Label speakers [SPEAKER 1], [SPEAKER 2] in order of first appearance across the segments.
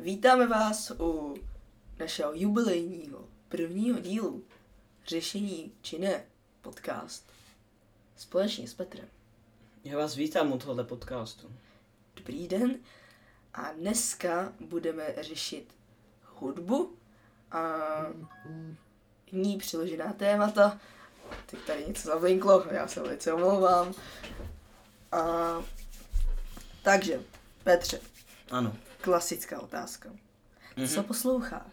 [SPEAKER 1] Vítáme vás u našeho jubilejního prvního dílu Řešení či ne podcast společně s Petrem.
[SPEAKER 2] Já vás vítám u tohoto podcastu.
[SPEAKER 1] Dobrý den a dneska budeme řešit hudbu a k ní přiložená témata. Teď tady něco zablinklo, já se velice omlouvám. A... Takže, Petře,
[SPEAKER 2] Ano.
[SPEAKER 1] klasická otázka.
[SPEAKER 2] Mhm.
[SPEAKER 1] Co posloucháš?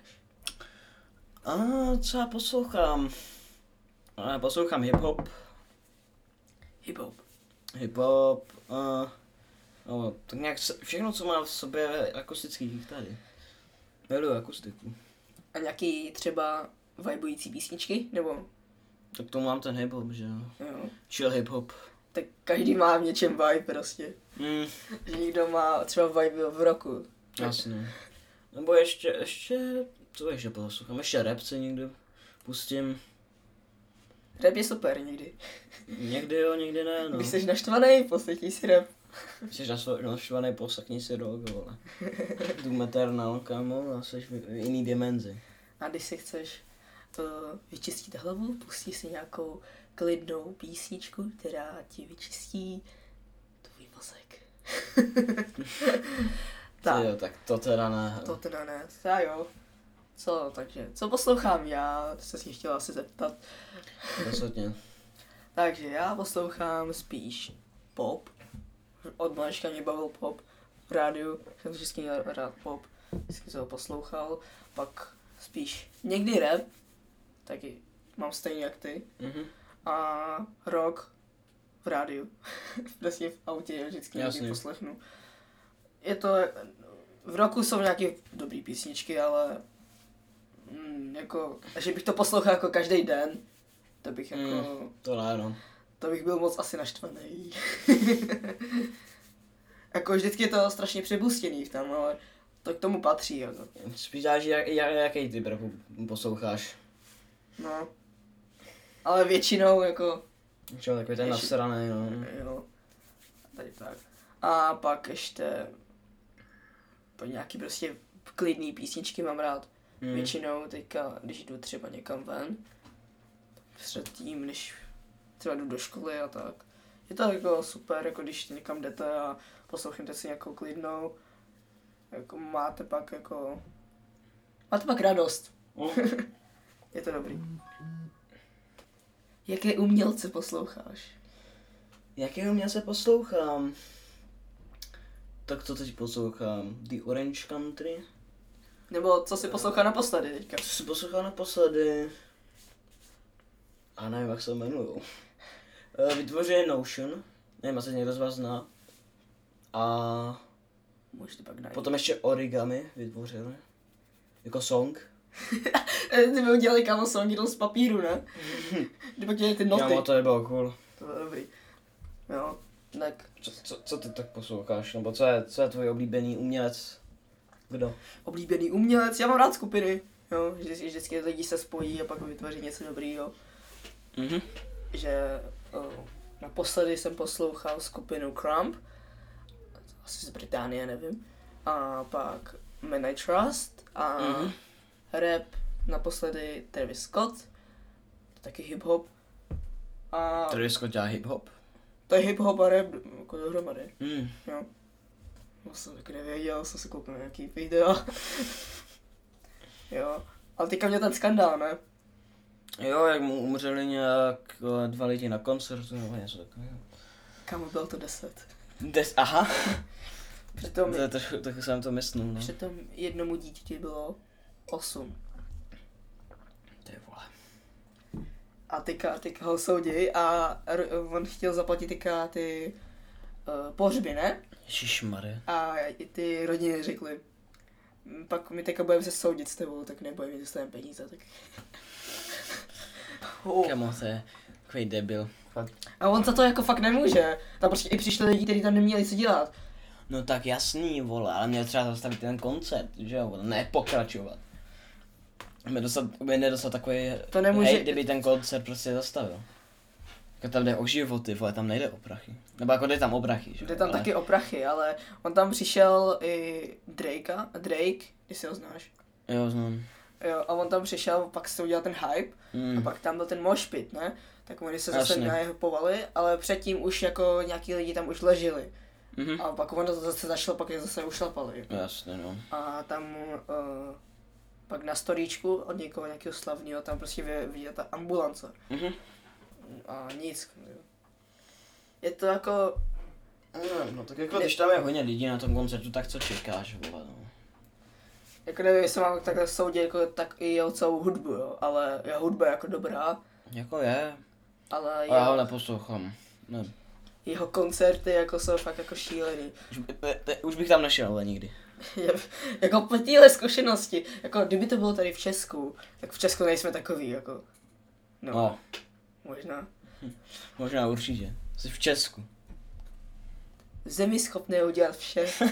[SPEAKER 2] A co já poslouchám? Já poslouchám hip-hop.
[SPEAKER 1] Hip-hop.
[SPEAKER 2] Hip-hop. A, no, tak nějak se- všechno, co má v sobě akustický gitary. Miluju akustiku.
[SPEAKER 1] A nějaký třeba vibující písničky? Nebo
[SPEAKER 2] Tak tomu mám ten hip-hop, že jo.
[SPEAKER 1] jo.
[SPEAKER 2] Chill hip-hop.
[SPEAKER 1] Tak každý má v něčem vibe prostě.
[SPEAKER 2] Mm,
[SPEAKER 1] Že někdo má třeba vibe v roku.
[SPEAKER 2] jasně. Nebo ještě, ještě, co ještě poslouchám? Ještě rap se někdy pustím.
[SPEAKER 1] Rap je super někdy.
[SPEAKER 2] Někdy jo, někdy ne, no.
[SPEAKER 1] Když jsi naštvaný, poslechneš si rap.
[SPEAKER 2] Jsi našvaný posakni si rok, vole. Doom Eternal, kamo, a jsi v v jiný dimenzi.
[SPEAKER 1] A když si chceš uh, vyčistit hlavu, pustíš si nějakou klidnou písničku, která ti vyčistí tvůj mozek.
[SPEAKER 2] Tak.
[SPEAKER 1] tak,
[SPEAKER 2] Jo, tak to teda ne.
[SPEAKER 1] to teda ne. Já jo. Co, takže, co poslouchám já, to se si chtěla asi zeptat.
[SPEAKER 2] Rozhodně.
[SPEAKER 1] Takže já poslouchám spíš pop. Od malička mě bavil pop. V rádiu jsem vždycky měl rád pop. Vždycky jsem ho poslouchal. Pak spíš někdy rap. Taky mám stejně jak ty.
[SPEAKER 2] Mhm.
[SPEAKER 1] A rock v rádiu. Prostě v autě vždycky někdy
[SPEAKER 2] Jasně.
[SPEAKER 1] poslechnu. Je to... V roku jsou nějaké dobré písničky, ale... Mm, jako, že bych to poslouchal jako každý den, to bych jako...
[SPEAKER 2] Mm. To ne, no.
[SPEAKER 1] To bych byl moc asi naštvaný. jako vždycky je to strašně přebustěný v tam, ale to k tomu patří. Jako.
[SPEAKER 2] Spíš záleží, jak, jak, jaký typ rapu posloucháš.
[SPEAKER 1] No. Ale většinou jako,
[SPEAKER 2] Čo, takový ten
[SPEAKER 1] Ještě-
[SPEAKER 2] nasraný, no.
[SPEAKER 1] jo. Tady tak. A pak ještě po nějaký prostě klidný písničky mám rád. Hmm.
[SPEAKER 2] Mm.
[SPEAKER 1] Většinou teďka, když jdu třeba někam ven, předtím, než třeba jdu do školy a tak. Je to jako super, jako když někam jdete a poslouchnete si nějakou klidnou, jako máte pak jako, máte pak radost,
[SPEAKER 2] No.
[SPEAKER 1] je to dobrý. Jaké umělce posloucháš?
[SPEAKER 2] Jakého mě se poslouchám? Tak to teď poslouchám. The Orange Country.
[SPEAKER 1] Nebo co si poslouchá naposledy teďka?
[SPEAKER 2] Co jsi poslouchal naposledy? A nevím, jak se jmenuju. Eh, Vytvořil je Notion, nevím, asi někdo z vás zná. A
[SPEAKER 1] Můžete pak najít.
[SPEAKER 2] potom ještě origami vytvořili. Jako song.
[SPEAKER 1] Eh, Ty by udělali kámo song jenom z papíru, ne? Kdyby dělali ty noty.
[SPEAKER 2] Kámo, to nebylo cool.
[SPEAKER 1] To bylo dobrý. Jo, tak
[SPEAKER 2] Co, co, co, ty tak posloucháš? Nebo co je, co je tvůj oblíbený umělec? Kdo?
[SPEAKER 1] oblíbený umělec, já mám rád skupiny, jo, že že vždycky lidi se spojí a pak vytvoří něco dobrýho,
[SPEAKER 2] Mhm.
[SPEAKER 1] že o, naposledy jsem poslouchal skupinu Crump, asi z Británie, nevím, a pak Man I Trust a
[SPEAKER 2] Mhm.
[SPEAKER 1] rap naposledy Travis Scott, taky hip-hop a
[SPEAKER 2] Tady Scott dělá hip-hop.
[SPEAKER 1] to je hip-hop a rap jako dohromady.
[SPEAKER 2] Mm.
[SPEAKER 1] Já No. jsem taky nevěděl, jsem se koukal na nějaký videa. jo, ale teďka měl ten skandál, ne?
[SPEAKER 2] Jo, jak mu umřeli nějak eh, dva lidi na koncertu nebo něco takového.
[SPEAKER 1] Kámo, bylo to 10.
[SPEAKER 2] Des, aha.
[SPEAKER 1] Přitom,
[SPEAKER 2] To je trošku, trochu jsem to myslel, no.
[SPEAKER 1] přitom jednomu dítěti bylo 8.
[SPEAKER 2] Ty vole.
[SPEAKER 1] A teďka, teďka ho souděj a r- on chtěl zaplatit teďka ty uh, pohřby, ne?
[SPEAKER 2] Ježišmarja.
[SPEAKER 1] A i ty rodiny řekly, "M, pak my teďka budeme se soudit s tebou, tak nebudeme mít dostaneme peníze, tak... oh.
[SPEAKER 2] Kamo, to je takový debil.
[SPEAKER 1] A on za to jako fakt nemůže. Tam prostě i přišli lidi, kteří tam neměli co dělat.
[SPEAKER 2] No tak jasný, vole, ale měl třeba zastavit ten koncert, že jo, vole, ne pokračovat. Mě dostat, mě nedostat takový
[SPEAKER 1] To nemůže-
[SPEAKER 2] hejt, kdyby ten koncert prostě zastavil. Jako tam jde o životy, vole, tam nejde o prachy. Nebo jako jde tam o prachy, že? jo,
[SPEAKER 1] Jde tam
[SPEAKER 2] ale...
[SPEAKER 1] taky o prachy, ale on tam přišel i Drakea, Drake, jestli ho znáš.
[SPEAKER 2] Jo, no. znám.
[SPEAKER 1] Jo, a on tam přišel, pak se udělal ten hype,
[SPEAKER 2] Mm.
[SPEAKER 1] a pak tam byl ten moshpit, ne? Tak oni se zase
[SPEAKER 2] Jasně.
[SPEAKER 1] na jeho povali, ale předtím už jako nějaký lidi tam už leželi.
[SPEAKER 2] Mhm.
[SPEAKER 1] A pak on to zase začal, pak je zase ušlapali.
[SPEAKER 2] Jasně, no.
[SPEAKER 1] A tam uh, pak na storíčku od někoho nějakého slavného tam prostě vy- viděla ta ambulance.
[SPEAKER 2] Mhm.
[SPEAKER 1] A nic. jo. Je to jako,
[SPEAKER 2] No, no, tak jako když tam je hodně lidí na tom koncertu, tak co čekáš, vole, no.
[SPEAKER 1] jako nevím, jestli mám takhle soudit jako tak i jeho celou hudbu, jo. Ale je hudba jako dobrá,
[SPEAKER 2] Jako je,
[SPEAKER 1] ale
[SPEAKER 2] a No. já ho
[SPEAKER 1] jeho,
[SPEAKER 2] neposlouchám. Ne.
[SPEAKER 1] jeho koncerty jako jsou fakt jako šílený.
[SPEAKER 2] Už, te, te, už bych tam nešel, ale nikdy.
[SPEAKER 1] Je- jako po téhle zkušenosti, jako kdyby to bylo tady v Česku, tak v Česku nejsme takový, jako. No,
[SPEAKER 2] No.
[SPEAKER 1] no.
[SPEAKER 2] no.
[SPEAKER 1] možná.
[SPEAKER 2] možná určitě. Jsi v Česku.
[SPEAKER 1] Zemi schopné udělat vše.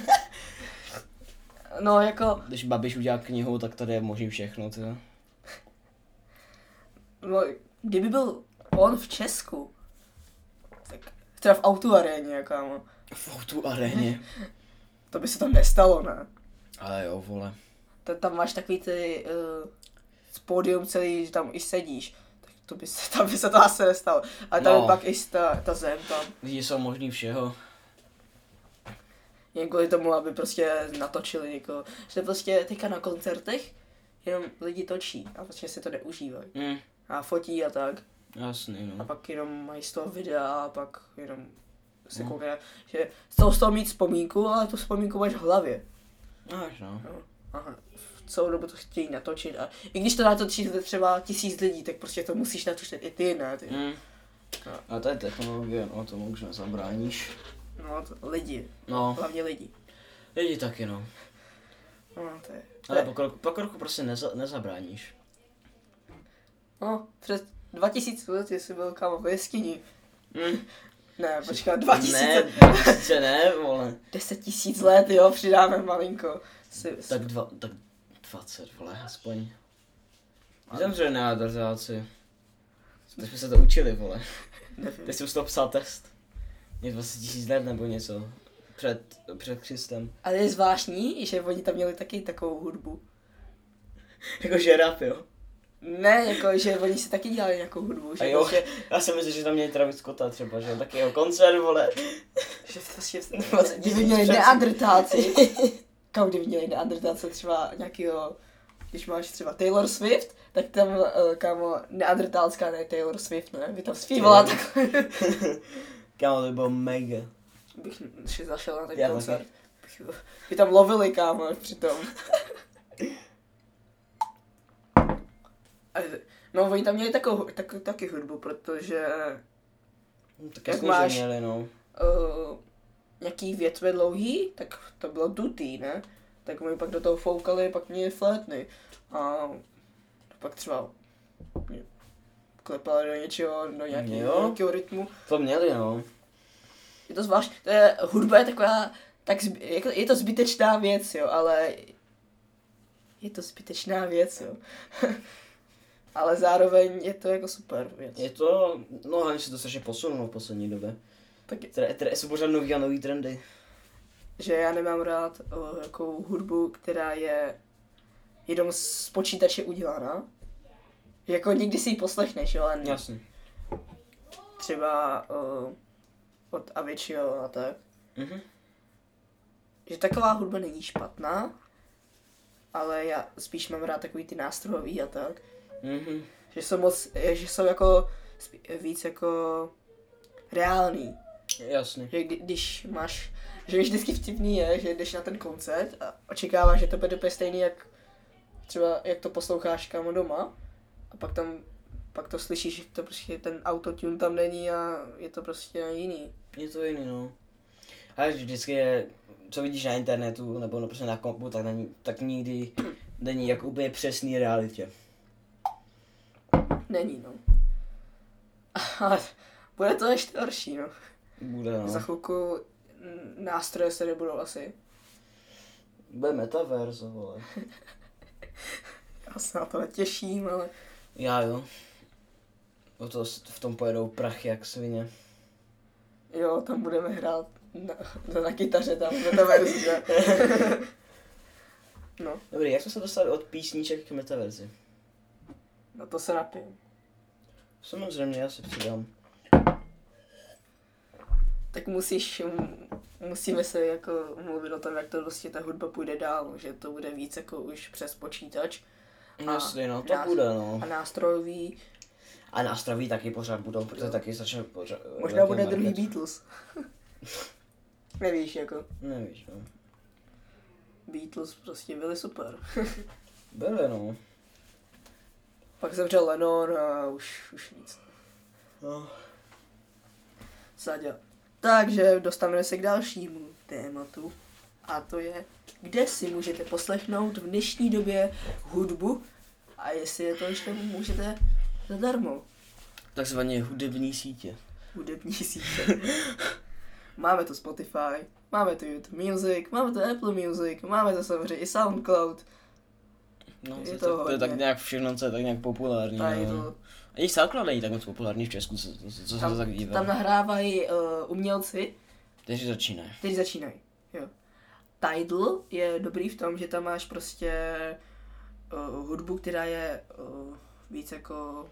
[SPEAKER 1] no, jako,
[SPEAKER 2] Když Babiš udělá knihu, tak tady je možný všechno, ty. jo.
[SPEAKER 1] no, kdyby byl on v Česku, tak třeba v autoaréně, kámo.
[SPEAKER 2] V tu aréně.
[SPEAKER 1] To by se tam nestalo, ne?
[SPEAKER 2] Ale jo, vole.
[SPEAKER 1] Ta, tam máš takový ty uh, pódium celý, že tam i sedíš. Tak to by se, tam by se to asi nestalo. A tam
[SPEAKER 2] No.
[SPEAKER 1] je pak i ta, ta zem tam.
[SPEAKER 2] Lidi jsou možný všeho.
[SPEAKER 1] Jen kvůli tomu, aby prostě natočili někoho. Že prostě teďka na koncertech jenom lidi točí a prostě si to neužívají.
[SPEAKER 2] Mm,
[SPEAKER 1] A fotí a tak.
[SPEAKER 2] jasný,
[SPEAKER 1] A
[SPEAKER 2] no.
[SPEAKER 1] pak jenom mají z toho videa a pak jenom se
[SPEAKER 2] No.
[SPEAKER 1] kouká, že z toho, z toho mít vzpomínku, ale tu vzpomínku máš v hlavě.
[SPEAKER 2] Máš, no.
[SPEAKER 1] Aha. V celou dobu to chtějí natočit a i když to natočí třeba tisíc lidí, tak prostě to musíš natočit i ty, ne? Ty.
[SPEAKER 2] Mm.
[SPEAKER 1] No.
[SPEAKER 2] A to je technologie, no, tomu už nezabráníš.
[SPEAKER 1] No, to, lidi.
[SPEAKER 2] No,
[SPEAKER 1] Hlavně lidi.
[SPEAKER 2] lidi taky, no.
[SPEAKER 1] No, to je.
[SPEAKER 2] Ale pokroku, pokroku prostě neza, nezabráníš.
[SPEAKER 1] No, před 2000 lety jsi byl kámo v jeskyni.
[SPEAKER 2] Mm.
[SPEAKER 1] Ne, počkat, 2000.
[SPEAKER 2] Ne, 2000 ne, vole.
[SPEAKER 1] 10 tisíc let, jo, přidáme malinko. Si,
[SPEAKER 2] Tak, dva, tak 20, vole, aspoň. Zemřeli neandertáci. Teď jsme se to učili, vole.
[SPEAKER 1] nevím.
[SPEAKER 2] Teď jsem z toho psal test. Je 20 tisíc let nebo něco. Před, před Kristem.
[SPEAKER 1] Ale je zvláštní, že oni tam měli taky takovou hudbu.
[SPEAKER 2] Jako žeraf, jo.
[SPEAKER 1] Ne, jako, že oni si taky dělali nějakou hudbu,
[SPEAKER 2] A
[SPEAKER 1] že,
[SPEAKER 2] jo,
[SPEAKER 1] prostě,
[SPEAKER 2] já jsem myslel, že tam měli Travis Scotta třeba, že jo. Tak jeho koncert, vole.
[SPEAKER 1] že prostě,
[SPEAKER 2] 20
[SPEAKER 1] kdyby měli
[SPEAKER 2] před-
[SPEAKER 1] neandrtáci. Kam kdyby měli neandrtáce třeba nějakýho, když máš třeba Taylor Swift, tak tam, eh, kámo, neandrtálská, ne Taylor Swift, ne, by tam zpívala
[SPEAKER 2] Taylor.
[SPEAKER 1] tak.
[SPEAKER 2] Kámo, to bylo mega.
[SPEAKER 1] Bych si zašel na ten
[SPEAKER 2] Já
[SPEAKER 1] koncert. Bych, by tam lovili, kámo, přitom. A- No, oni tam měli takovou, tak, taky hudbu, protože
[SPEAKER 2] No,
[SPEAKER 1] Jak
[SPEAKER 2] tak jasně,
[SPEAKER 1] máš?
[SPEAKER 2] že měli, no.
[SPEAKER 1] uh, nějaký větve dlouhý, tak to bylo dutý, ne? Tak oni pak do toho foukali, pak měli flétny. A pak třeba mě klepali do něčeho, do nějakého,
[SPEAKER 2] Jo.
[SPEAKER 1] nějakého rytmu.
[SPEAKER 2] To měli, no.
[SPEAKER 1] Je to zvlášť, to je, hudba je taková, tak zby, jako, je to zbytečná věc, jo, ale je to zbytečná věc, jo. ale zároveň je to jako super věc.
[SPEAKER 2] Je to, no hlavně se to strašně posunulo v poslední době.
[SPEAKER 1] Tak, je-
[SPEAKER 2] Tre, tre, jsou pořád nový a nový trendy.
[SPEAKER 1] že já nemám rád uh, jako hudbu, která je jenom z počítače udělaná. Jako nikdy si ji poslechneš, jo, ale ne.
[SPEAKER 2] Jasně.
[SPEAKER 1] třeba uh, od Avicii a tak.
[SPEAKER 2] Mhm.
[SPEAKER 1] že taková hudba není špatná, ale já spíš mám rád takový ty nástrojový a tak,
[SPEAKER 2] Mhm.
[SPEAKER 1] že jsou moc, že jsou jako spí- víc jako reálný,
[SPEAKER 2] Jasně.
[SPEAKER 1] že kdy, když máš, že víš, vždycky vtipný je, že jdeš na ten koncert a očekáváš, že to bude úplně stejný, jak třeba, jak to posloucháš kámo doma a pak tam, pak to slyšíš, že to prostě ten autotune tam není a je to prostě jiný.
[SPEAKER 2] Je to jiný, no. Ale vždycky je, co vidíš na internetu, nebo no, prostě na kompu, tak, není, tak nikdy není jako úplně přesný realitě.
[SPEAKER 1] Není, no. Ale bude to ještě horší, no.
[SPEAKER 2] Bude,
[SPEAKER 1] Za
[SPEAKER 2] no.
[SPEAKER 1] chvilku mm, nástroje se nebudou asi.
[SPEAKER 2] Bude metaverse, vole.
[SPEAKER 1] Já se na to netěším, ale
[SPEAKER 2] Já jo. O to s- v tom pojedou prachy jak svině.
[SPEAKER 1] Jo, tam budeme hrát na, na, na kytaře, tam metaverzi. no,
[SPEAKER 2] Dobrý, jak jsme se dostali od písniček k metaverzi?
[SPEAKER 1] na No to se napijím.
[SPEAKER 2] Samozřejmě, já si přidám.
[SPEAKER 1] Tak musíš, m- musíme se jako mluvit o tom, jak to vlastně ta hudba půjde dál, že to bude víc jako už přes počítač
[SPEAKER 2] No,
[SPEAKER 1] A
[SPEAKER 2] Jasně, no, to
[SPEAKER 1] nás-
[SPEAKER 2] bude, no.
[SPEAKER 1] a nástrojový,
[SPEAKER 2] A nástroví taky pořád budou, protože taky strašně pořád...
[SPEAKER 1] možná bude druhý Beatles. Nevíš, jako
[SPEAKER 2] Nevíš, no.
[SPEAKER 1] Beatles prostě byli super.
[SPEAKER 2] Byly, no.
[SPEAKER 1] Pak zemřel Lennon a už, už nic.
[SPEAKER 2] no.
[SPEAKER 1] Zadě. Takže dostaneme se k dalšímu tématu. A to je, kde si můžete poslechnout v dnešní době hudbu a jestli je to ještě můžete zadarmo.
[SPEAKER 2] Takzvaně hudební sítě.
[SPEAKER 1] hudební sítě. máme tu Spotify, máme tu YouTube Music, máme tu Apple Music, máme to samozřejmě i SoundCloud,
[SPEAKER 2] No,
[SPEAKER 1] Je
[SPEAKER 2] to,
[SPEAKER 1] to
[SPEAKER 2] to, to je tak
[SPEAKER 1] hodně.
[SPEAKER 2] nějak všechno, co je tak nějak populární. No.
[SPEAKER 1] Tidal.
[SPEAKER 2] A jejich SoundCloud není tak moc populární v Česku, co, co, co se to no.
[SPEAKER 1] Tam,
[SPEAKER 2] tak dívá.
[SPEAKER 1] tam nahrávají uh, umělci,
[SPEAKER 2] Takže začíná.
[SPEAKER 1] kteří začínají. Jo. Tidal je dobrý v tom, že tam máš prostě uh, hudbu, která je uh, víc jako...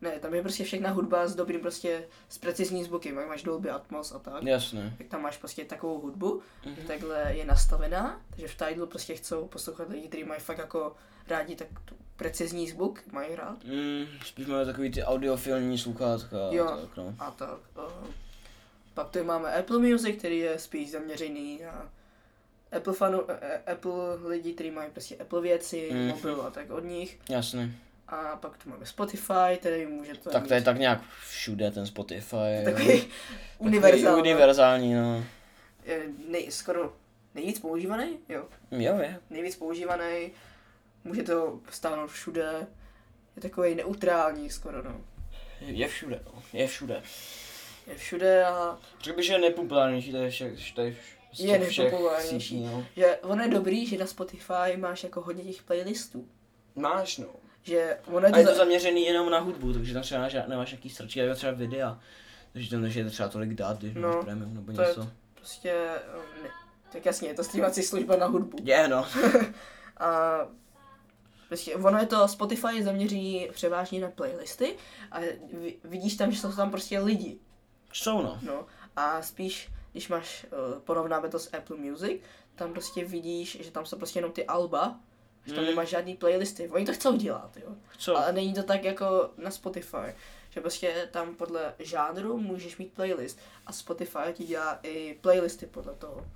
[SPEAKER 1] Ne, tam je prostě všechna hudba s dobrým prostě, s precizním zvukem, jak máš Dolby Atmos a tak.
[SPEAKER 2] Jasné.
[SPEAKER 1] tak tam máš prostě takovou hudbu,
[SPEAKER 2] Mhm.
[SPEAKER 1] mm-hmm. že takhle je nastavená, takže v Tidalu prostě chcou poslouchat lidi, kteří mají fakt jako rádi tak tu precizní zvuk, mají rád
[SPEAKER 2] Mm, spíš máme takový ty audiofilní sluchátka. a
[SPEAKER 1] Jo.
[SPEAKER 2] Tak, no.
[SPEAKER 1] a tak. Uh, pak tu máme Apple Music, který je spíš zaměřený na Apple, fanu, eh, Apple lidi, kteří mají prostě Apple věci,
[SPEAKER 2] Mhm.
[SPEAKER 1] mm-hmm. mobil a tak od nich.
[SPEAKER 2] Jasné.
[SPEAKER 1] A pak tu máme Spotify, který můžete
[SPEAKER 2] Tak to je
[SPEAKER 1] mít
[SPEAKER 2] tak nějak všude ten Spotify. jo.
[SPEAKER 1] takový
[SPEAKER 2] Takový
[SPEAKER 1] univerzální,
[SPEAKER 2] univerzální, no.
[SPEAKER 1] eh, nej, skoro nejvíc používaný, jo.
[SPEAKER 2] Jo, je.
[SPEAKER 1] nejvíc používaný, můžete ho stáhnout všude, je takový neutrální skoro, no.
[SPEAKER 2] Je všude, no. je všude.
[SPEAKER 1] Je všude a
[SPEAKER 2] Řekl bych, že je nejpopulárnější tady všech, tady vš- z
[SPEAKER 1] Je
[SPEAKER 2] těch všech
[SPEAKER 1] nejpopulárnější.
[SPEAKER 2] sítí, no.
[SPEAKER 1] že ono je dobrý, že na Spotify máš jako hodně těch playlistů,
[SPEAKER 2] Máš, no.
[SPEAKER 1] že ono je
[SPEAKER 2] A je to
[SPEAKER 1] za-
[SPEAKER 2] zaměřený jenom na hudbu, takže tam třeba nemáš, nemáš jaký strčky, jako třeba videa. Takže tam je třeba tolik dát, když
[SPEAKER 1] No,
[SPEAKER 2] máš premium nebo
[SPEAKER 1] to je-
[SPEAKER 2] něco.
[SPEAKER 1] prostě, um, ne, tak jasně, je to streamovací služba na hudbu.
[SPEAKER 2] Je, no.
[SPEAKER 1] A prostě ono je to, Spotify zaměří převážně na playlisty a vi- vidíš tam, že jsou tam prostě lidi.
[SPEAKER 2] Jsou, no.
[SPEAKER 1] No a spíš, když máš, eh, porovnáme to s Apple Music, tam prostě vidíš, že tam jsou prostě jenom ty alba, že tam
[SPEAKER 2] Mm.
[SPEAKER 1] nemáš žádný playlisty. Oni to chcou dělat, jo.
[SPEAKER 2] Jsou.
[SPEAKER 1] Ale není to tak jako na Spotify, že prostě tam podle žánru můžeš mít playlist a Spotify ti dělá i playlisty podle toho.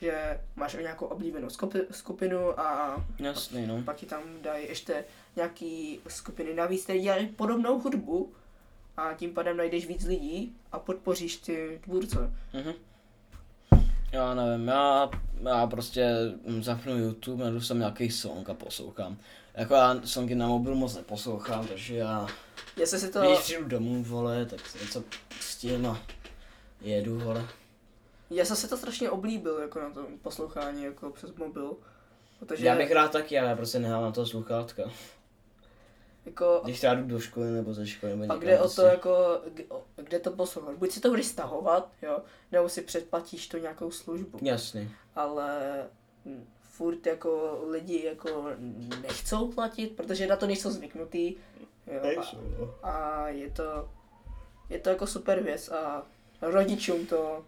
[SPEAKER 1] Že máš nějakou oblíbenou skupi- skupinu a
[SPEAKER 2] Jasný, no.
[SPEAKER 1] pak ti tam dají ještě nějaký skupiny navíc, které dělají podobnou hudbu a tím pádem najdeš víc lidí a podpoříš ty tvůrce.
[SPEAKER 2] Mhm. Já nevím, já, já prostě mm, zapnu YouTube, najdu sem nějaký song a poslouchám. Jako já songy na mobil moc neposlouchám, takže já,
[SPEAKER 1] Jestli si to,
[SPEAKER 2] to... když přijdu domů, vole, tak si něco pustím a jedu, vole.
[SPEAKER 1] já jsem si to strašně oblíbil jako na tom poslouchání jako přes mobil. Protože
[SPEAKER 2] Že... Já bych rád taky, ale já prostě nehám na to sluchátka.
[SPEAKER 1] jako,
[SPEAKER 2] Když třeba jdu do školy nebo ze školy nebo
[SPEAKER 1] a
[SPEAKER 2] někam
[SPEAKER 1] kde o
[SPEAKER 2] prostě.
[SPEAKER 1] to jako, k- o- kde to poslouchat. Buď si to budeš stahovat, jo, nebo si předplatíš tu nějakou službu.
[SPEAKER 2] Jasný.
[SPEAKER 1] ale mm, furt jako lidi jako nechcou platit, protože na to nejsou zvyknutý. Jo, a,
[SPEAKER 2] no.
[SPEAKER 1] a je to, je to jako super věc a rodičům to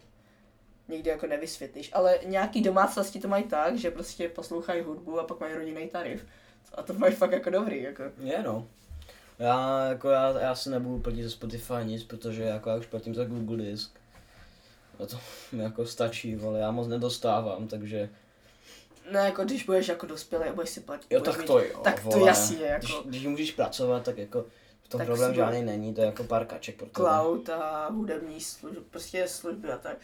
[SPEAKER 1] nikdy jako nevysvětlíš, ale nějaký domácnosti to mají tak, že prostě poslouchají hudbu a pak mají rodinný tarif. A to mají fakt jako dobrý, jako.
[SPEAKER 2] Je no. Já, jako já, já si nebudu platit za Spotify nic, protože jako já už platím za Google Disk. A to mi jako stačí, vole, já moc nedostávám, takže...
[SPEAKER 1] No jako když budeš jako dospělý a budeš si platit.
[SPEAKER 2] Jo,
[SPEAKER 1] budeš
[SPEAKER 2] tak
[SPEAKER 1] mít-
[SPEAKER 2] to jo,
[SPEAKER 1] tak to
[SPEAKER 2] vole.
[SPEAKER 1] jasně, jako.
[SPEAKER 2] Když, když můžeš pracovat, tak jako v tom
[SPEAKER 1] Tak
[SPEAKER 2] problém
[SPEAKER 1] si-
[SPEAKER 2] žádný není, to je jako pár kaček pro tebe.
[SPEAKER 1] Cloud a hudební služby, prostě služby a tak.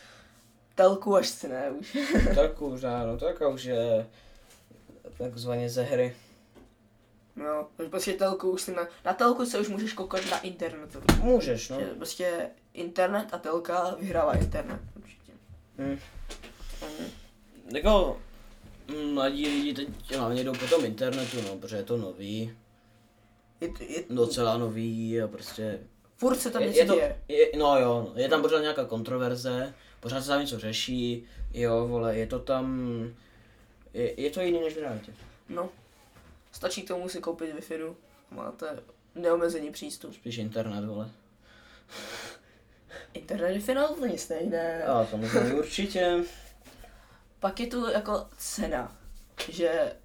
[SPEAKER 1] Telku až si ne už.
[SPEAKER 2] Tak už, ano, tak už je takzvaně ze hry.
[SPEAKER 1] No, prostě telku už si na, na telku se už můžeš koukat na internetu.
[SPEAKER 2] Můžeš, no.
[SPEAKER 1] Že Prostě internet a telka vyhrává internet, určitě.
[SPEAKER 2] Hm.
[SPEAKER 1] Mm.
[SPEAKER 2] Jako mladí lidi teď hlavně jdou po tom internetu, no, protože je to nový.
[SPEAKER 1] Je, je,
[SPEAKER 2] docela nový a prostě
[SPEAKER 1] furt se tam
[SPEAKER 2] Je-
[SPEAKER 1] něco
[SPEAKER 2] je to-
[SPEAKER 1] děje.
[SPEAKER 2] Je, no jo, je tam pořád nějaká kontroverze, pořád se tam něco řeší, jo vole, je to tam, je, je to jiný než v realitě.
[SPEAKER 1] No. Stačí k tomu si koupit wi máte neomezený přístup.
[SPEAKER 2] Spíš internet, vole.
[SPEAKER 1] Internet je finální stejné.
[SPEAKER 2] A samozřejmě určitě.
[SPEAKER 1] Pak je tu jako cena, že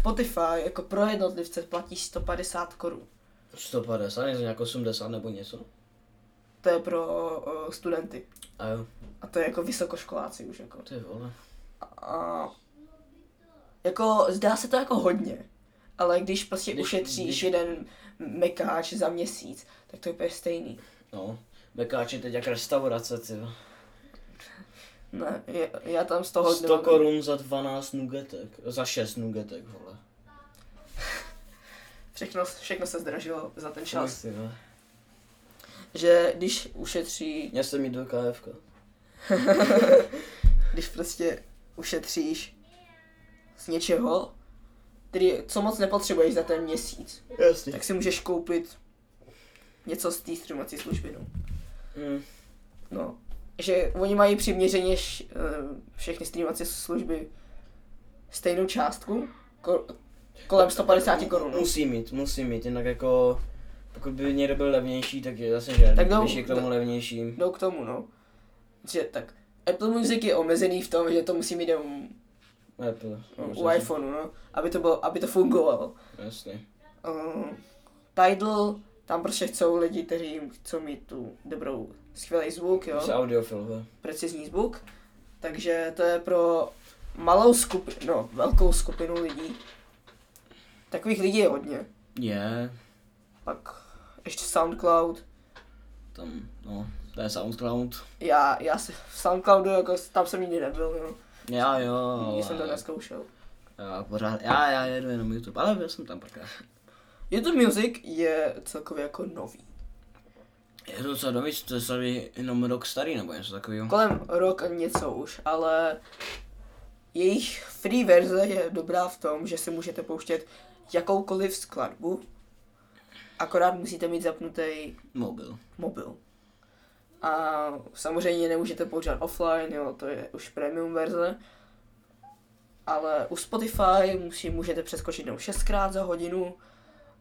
[SPEAKER 1] Spotify jako pro jednotlivce platí 150 korun.
[SPEAKER 2] 150, něco nějak 80 nebo něco.
[SPEAKER 1] To je pro uh, studenty.
[SPEAKER 2] A jo,
[SPEAKER 1] A to je jako vysokoškoláci už jako.
[SPEAKER 2] ty vole.
[SPEAKER 1] A jako zdá se to jako hodně, ale když prostě
[SPEAKER 2] Když-
[SPEAKER 1] když, ušetříš
[SPEAKER 2] když-
[SPEAKER 1] když... jeden mekáč za měsíc, tak to je úplně stejný.
[SPEAKER 2] No, bekáč je teď jak restaurace, ty vole.
[SPEAKER 1] Ne, je, já tam z toho
[SPEAKER 2] 100
[SPEAKER 1] nemám-
[SPEAKER 2] korun za 12 nugetek, za 6 nugetek, vole.
[SPEAKER 1] Všechno, všechno se zdražilo za ten čas.
[SPEAKER 2] Ty vole.
[SPEAKER 1] Že když ušetří
[SPEAKER 2] Měl jsem jít do KFK.
[SPEAKER 1] když prostě ušetříš z něčeho, tedy co moc nepotřebuješ za ten měsíc,
[SPEAKER 2] Jasně.
[SPEAKER 1] tak si můžeš koupit něco z té streamovací služby. No.
[SPEAKER 2] Mm.
[SPEAKER 1] no. Že oni mají přiměřeně š- eh, všechny streamovací služby stejnou částku, ko- kolem 150 korun. no.
[SPEAKER 2] Jako Musí mít, musí mít, jinak jako pokud by někdo byl levnější, tak je zase že
[SPEAKER 1] Tak no,
[SPEAKER 2] tak
[SPEAKER 1] jdou-
[SPEAKER 2] když je k tomu
[SPEAKER 1] jdou-
[SPEAKER 2] levnější.
[SPEAKER 1] Jdou k tomu, no. Že tak Apple Music je omezený v tom, že to musí mít jenom
[SPEAKER 2] Apple.
[SPEAKER 1] u iPhoneu, no, aby to, bylo, aby to fungovalo.
[SPEAKER 2] Jasně.
[SPEAKER 1] uh, Tidal, tam prostě chcou lidi, kteří jim chcou mít tu dobrou, skvělý zvuk,
[SPEAKER 2] Jsi
[SPEAKER 1] jo,
[SPEAKER 2] audiofil, he.
[SPEAKER 1] precizní zvuk, takže to je pro malou skupinu, no, velkou skupinu lidí. Takových lidí je hodně.
[SPEAKER 2] Je,
[SPEAKER 1] Pak ještě SoundCloud.
[SPEAKER 2] tam, no, to je SoundCloud.
[SPEAKER 1] Já, já se v SoundCloudu, jako, tam jsem nikdy nebyl, jo.
[SPEAKER 2] Já jo,
[SPEAKER 1] Nikdy jsem to
[SPEAKER 2] ale-
[SPEAKER 1] neskoušel.
[SPEAKER 2] já pořád, já, já jedu jenom YouTube, ale byl jsem tam párkrát.
[SPEAKER 1] YouTube Music je celkově jako nový.
[SPEAKER 2] Je to docela domy, to je celý jenom rok starý nebo něco takového.
[SPEAKER 1] Kolem rok a něco už, ale jejich free verze je dobrá v tom, že si můžete pouštět jakoukoliv skladbu, akorát musíte mít zapnutý
[SPEAKER 2] Mobil.
[SPEAKER 1] mobil. A samozřejmě nemůžete používat offline, jo, to je už premium verze. Ale u Spotify musí, můžete přeskočit jenom 6krát za hodinu,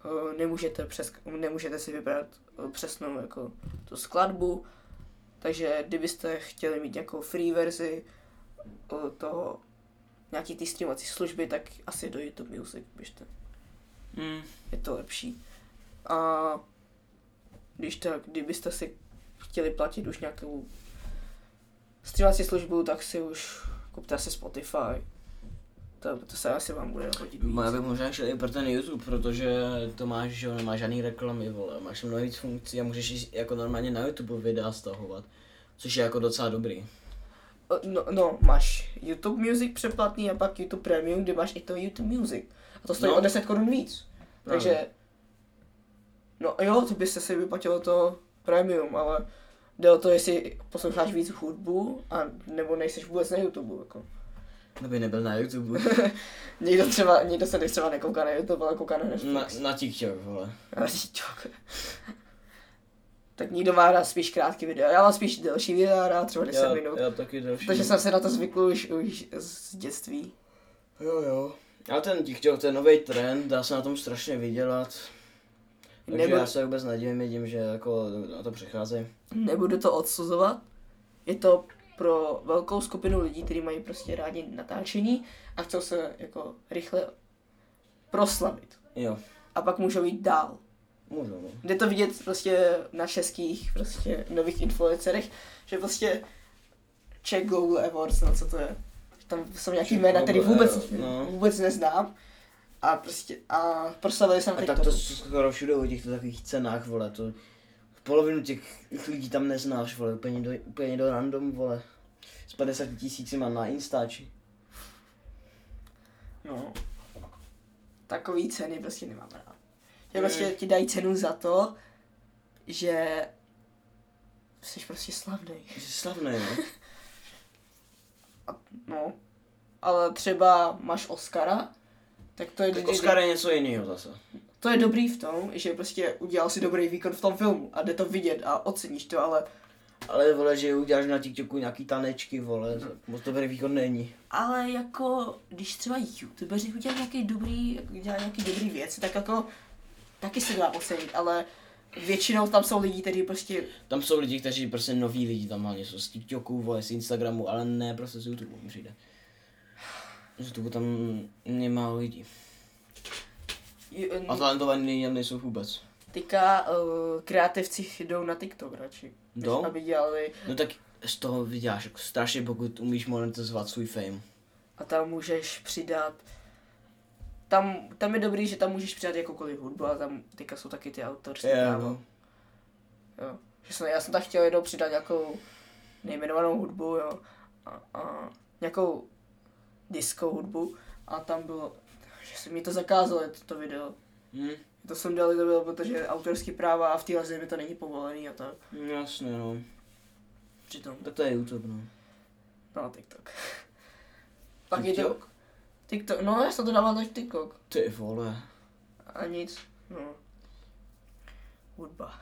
[SPEAKER 1] eh, nemůžete, přesk- nemůžete si vybrat eh, přesnou jako tu skladbu, takže kdybyste chtěli mít nějakou free verzi eh, toho nějaký ty streamovací služby, tak asi do YouTube Music běžte
[SPEAKER 2] Mm.
[SPEAKER 1] je to lepší. A když tak, kdybyste si chtěli platit už nějakou střílací službu, tak si už kupte asi Spotify. To, to se asi vám bude hodit víc.
[SPEAKER 2] Já bych možná šel i pro ten YouTube, protože to máš, že jo, nemá žádný reklamy, vole, máš tam mnohem víc funkcí a můžeš jít jako normálně na YouTube videa stahovat, což je jako docela dobrý.
[SPEAKER 1] O, No, no, máš YouTube Music přeplatný a pak YouTube Premium, kde máš i to YouTube Music. A to stojí
[SPEAKER 2] No.
[SPEAKER 1] o 10 korun víc.
[SPEAKER 2] Právě.
[SPEAKER 1] Takže... No jo, to by se si vyplatilo to Premium, ale jde o to, jestli posloucháš víc hudbu, a nebo nejseš vůbec na YouTube. Jako.
[SPEAKER 2] Kdyby nebyl na YouTube,
[SPEAKER 1] Někdo třeba, někdo se třeba nekouká na YouTube, ale kouká na
[SPEAKER 2] na,
[SPEAKER 1] Netflix.
[SPEAKER 2] na TikTok, vole.
[SPEAKER 1] Na TikTok. tak někdo má rád spíš krátký videa, já mám spíš delší videa rád, třeba 10
[SPEAKER 2] Já,
[SPEAKER 1] minut.
[SPEAKER 2] já taky další.
[SPEAKER 1] Protože jsem se na to zvykl už, už z dětství.
[SPEAKER 2] Jo, jo. A ten TikTok, to je nový trend, dá se na tom strašně vydělat. Takže
[SPEAKER 1] Nebo-
[SPEAKER 2] já se vůbec nedivím tím, že jako na to přicházejí.
[SPEAKER 1] Nebudu to odsuzovat, je to pro velkou skupinu lidí, kteří mají prostě rádi natáčení a chcou se jako rychle proslavit.
[SPEAKER 2] Jo,
[SPEAKER 1] A pak můžou jít dál.
[SPEAKER 2] můžu, no.
[SPEAKER 1] Jde to vidět prostě na českých prostě nových influencerech, že prostě Czech Google Awards, no co to je. Tam jsou nějaký
[SPEAKER 2] Czech
[SPEAKER 1] jména, který
[SPEAKER 2] Google
[SPEAKER 1] vůbec,
[SPEAKER 2] Awards, no.
[SPEAKER 1] vůbec neznám. A prostě, a proslavili se na
[SPEAKER 2] A tak to
[SPEAKER 1] TikToku.
[SPEAKER 2] skoro všude o těchto takových cenách, vole, to polovinu těch lidí tam neznáš, vole, úplně do, úplně do random, vole. S 50 tisíci mám na Instači.
[SPEAKER 1] No. Takový ceny prostě nemám rád. Že prostě ti dají cenu za to, že jsi prostě slavný.
[SPEAKER 2] Jsi slavný, no.
[SPEAKER 1] No. Ale třeba máš Oscara, tak to je...
[SPEAKER 2] Tak Oscar je něco jiného zase.
[SPEAKER 1] to je dobrý v tom, že prostě udělal si dobrý výkon v tom filmu a jde to vidět a oceníš to, ale,
[SPEAKER 2] Ale vole, že uděláš na TikToku nějaký tanečky, vole, tak moc dobrý výkon není.
[SPEAKER 1] ale jako když třeba youtubeři udělají nějaký dobrý, udělají nějaký dobrý věci, tak jako taky se dá ocenit, ale většinou tam jsou lidi, kteří prostě
[SPEAKER 2] Tam jsou lidi, kteří prostě noví lidi tam hlavně jsou z TikToku, vole, z Instagramu, ale ne prostě z YouTube mi přijde. Z YouTube tam nemá lidí. A talentovaní tam nejsou vůbec.
[SPEAKER 1] teďka uh, kreativci jdou na TikTok radši, než
[SPEAKER 2] Jdou?
[SPEAKER 1] aby dělali
[SPEAKER 2] No tak z toho vyděláš jako strašně, pokud umíš monetizovat svůj fame.
[SPEAKER 1] a tam můžeš přidat tam, tam je dobrý, že tam můžeš přidat jakoukoliv hudbu a tam teďka jsou taky ty autorské
[SPEAKER 2] Jo,
[SPEAKER 1] práva.
[SPEAKER 2] no.
[SPEAKER 1] Jo. Že jsem, já jsem tam chtěl jednou přidat nějakou nejmenovanou hudbu, jo. A, a nějakou disco hudbu a tam bylo, že se mi to zakázalo, to, to video.
[SPEAKER 2] Hm,
[SPEAKER 1] To jsem dal, to bylo, protože autorský práva a v téhle zemi to není povolený a tak.
[SPEAKER 2] jasně no.
[SPEAKER 1] Přitom,
[SPEAKER 2] Tak to je YouTube no.
[SPEAKER 1] no TikTok. Pak je to,
[SPEAKER 2] TikTok?
[SPEAKER 1] TikTok, no já jsem to dával na TikTok.
[SPEAKER 2] Ty vole.
[SPEAKER 1] A nic, no. Hudba.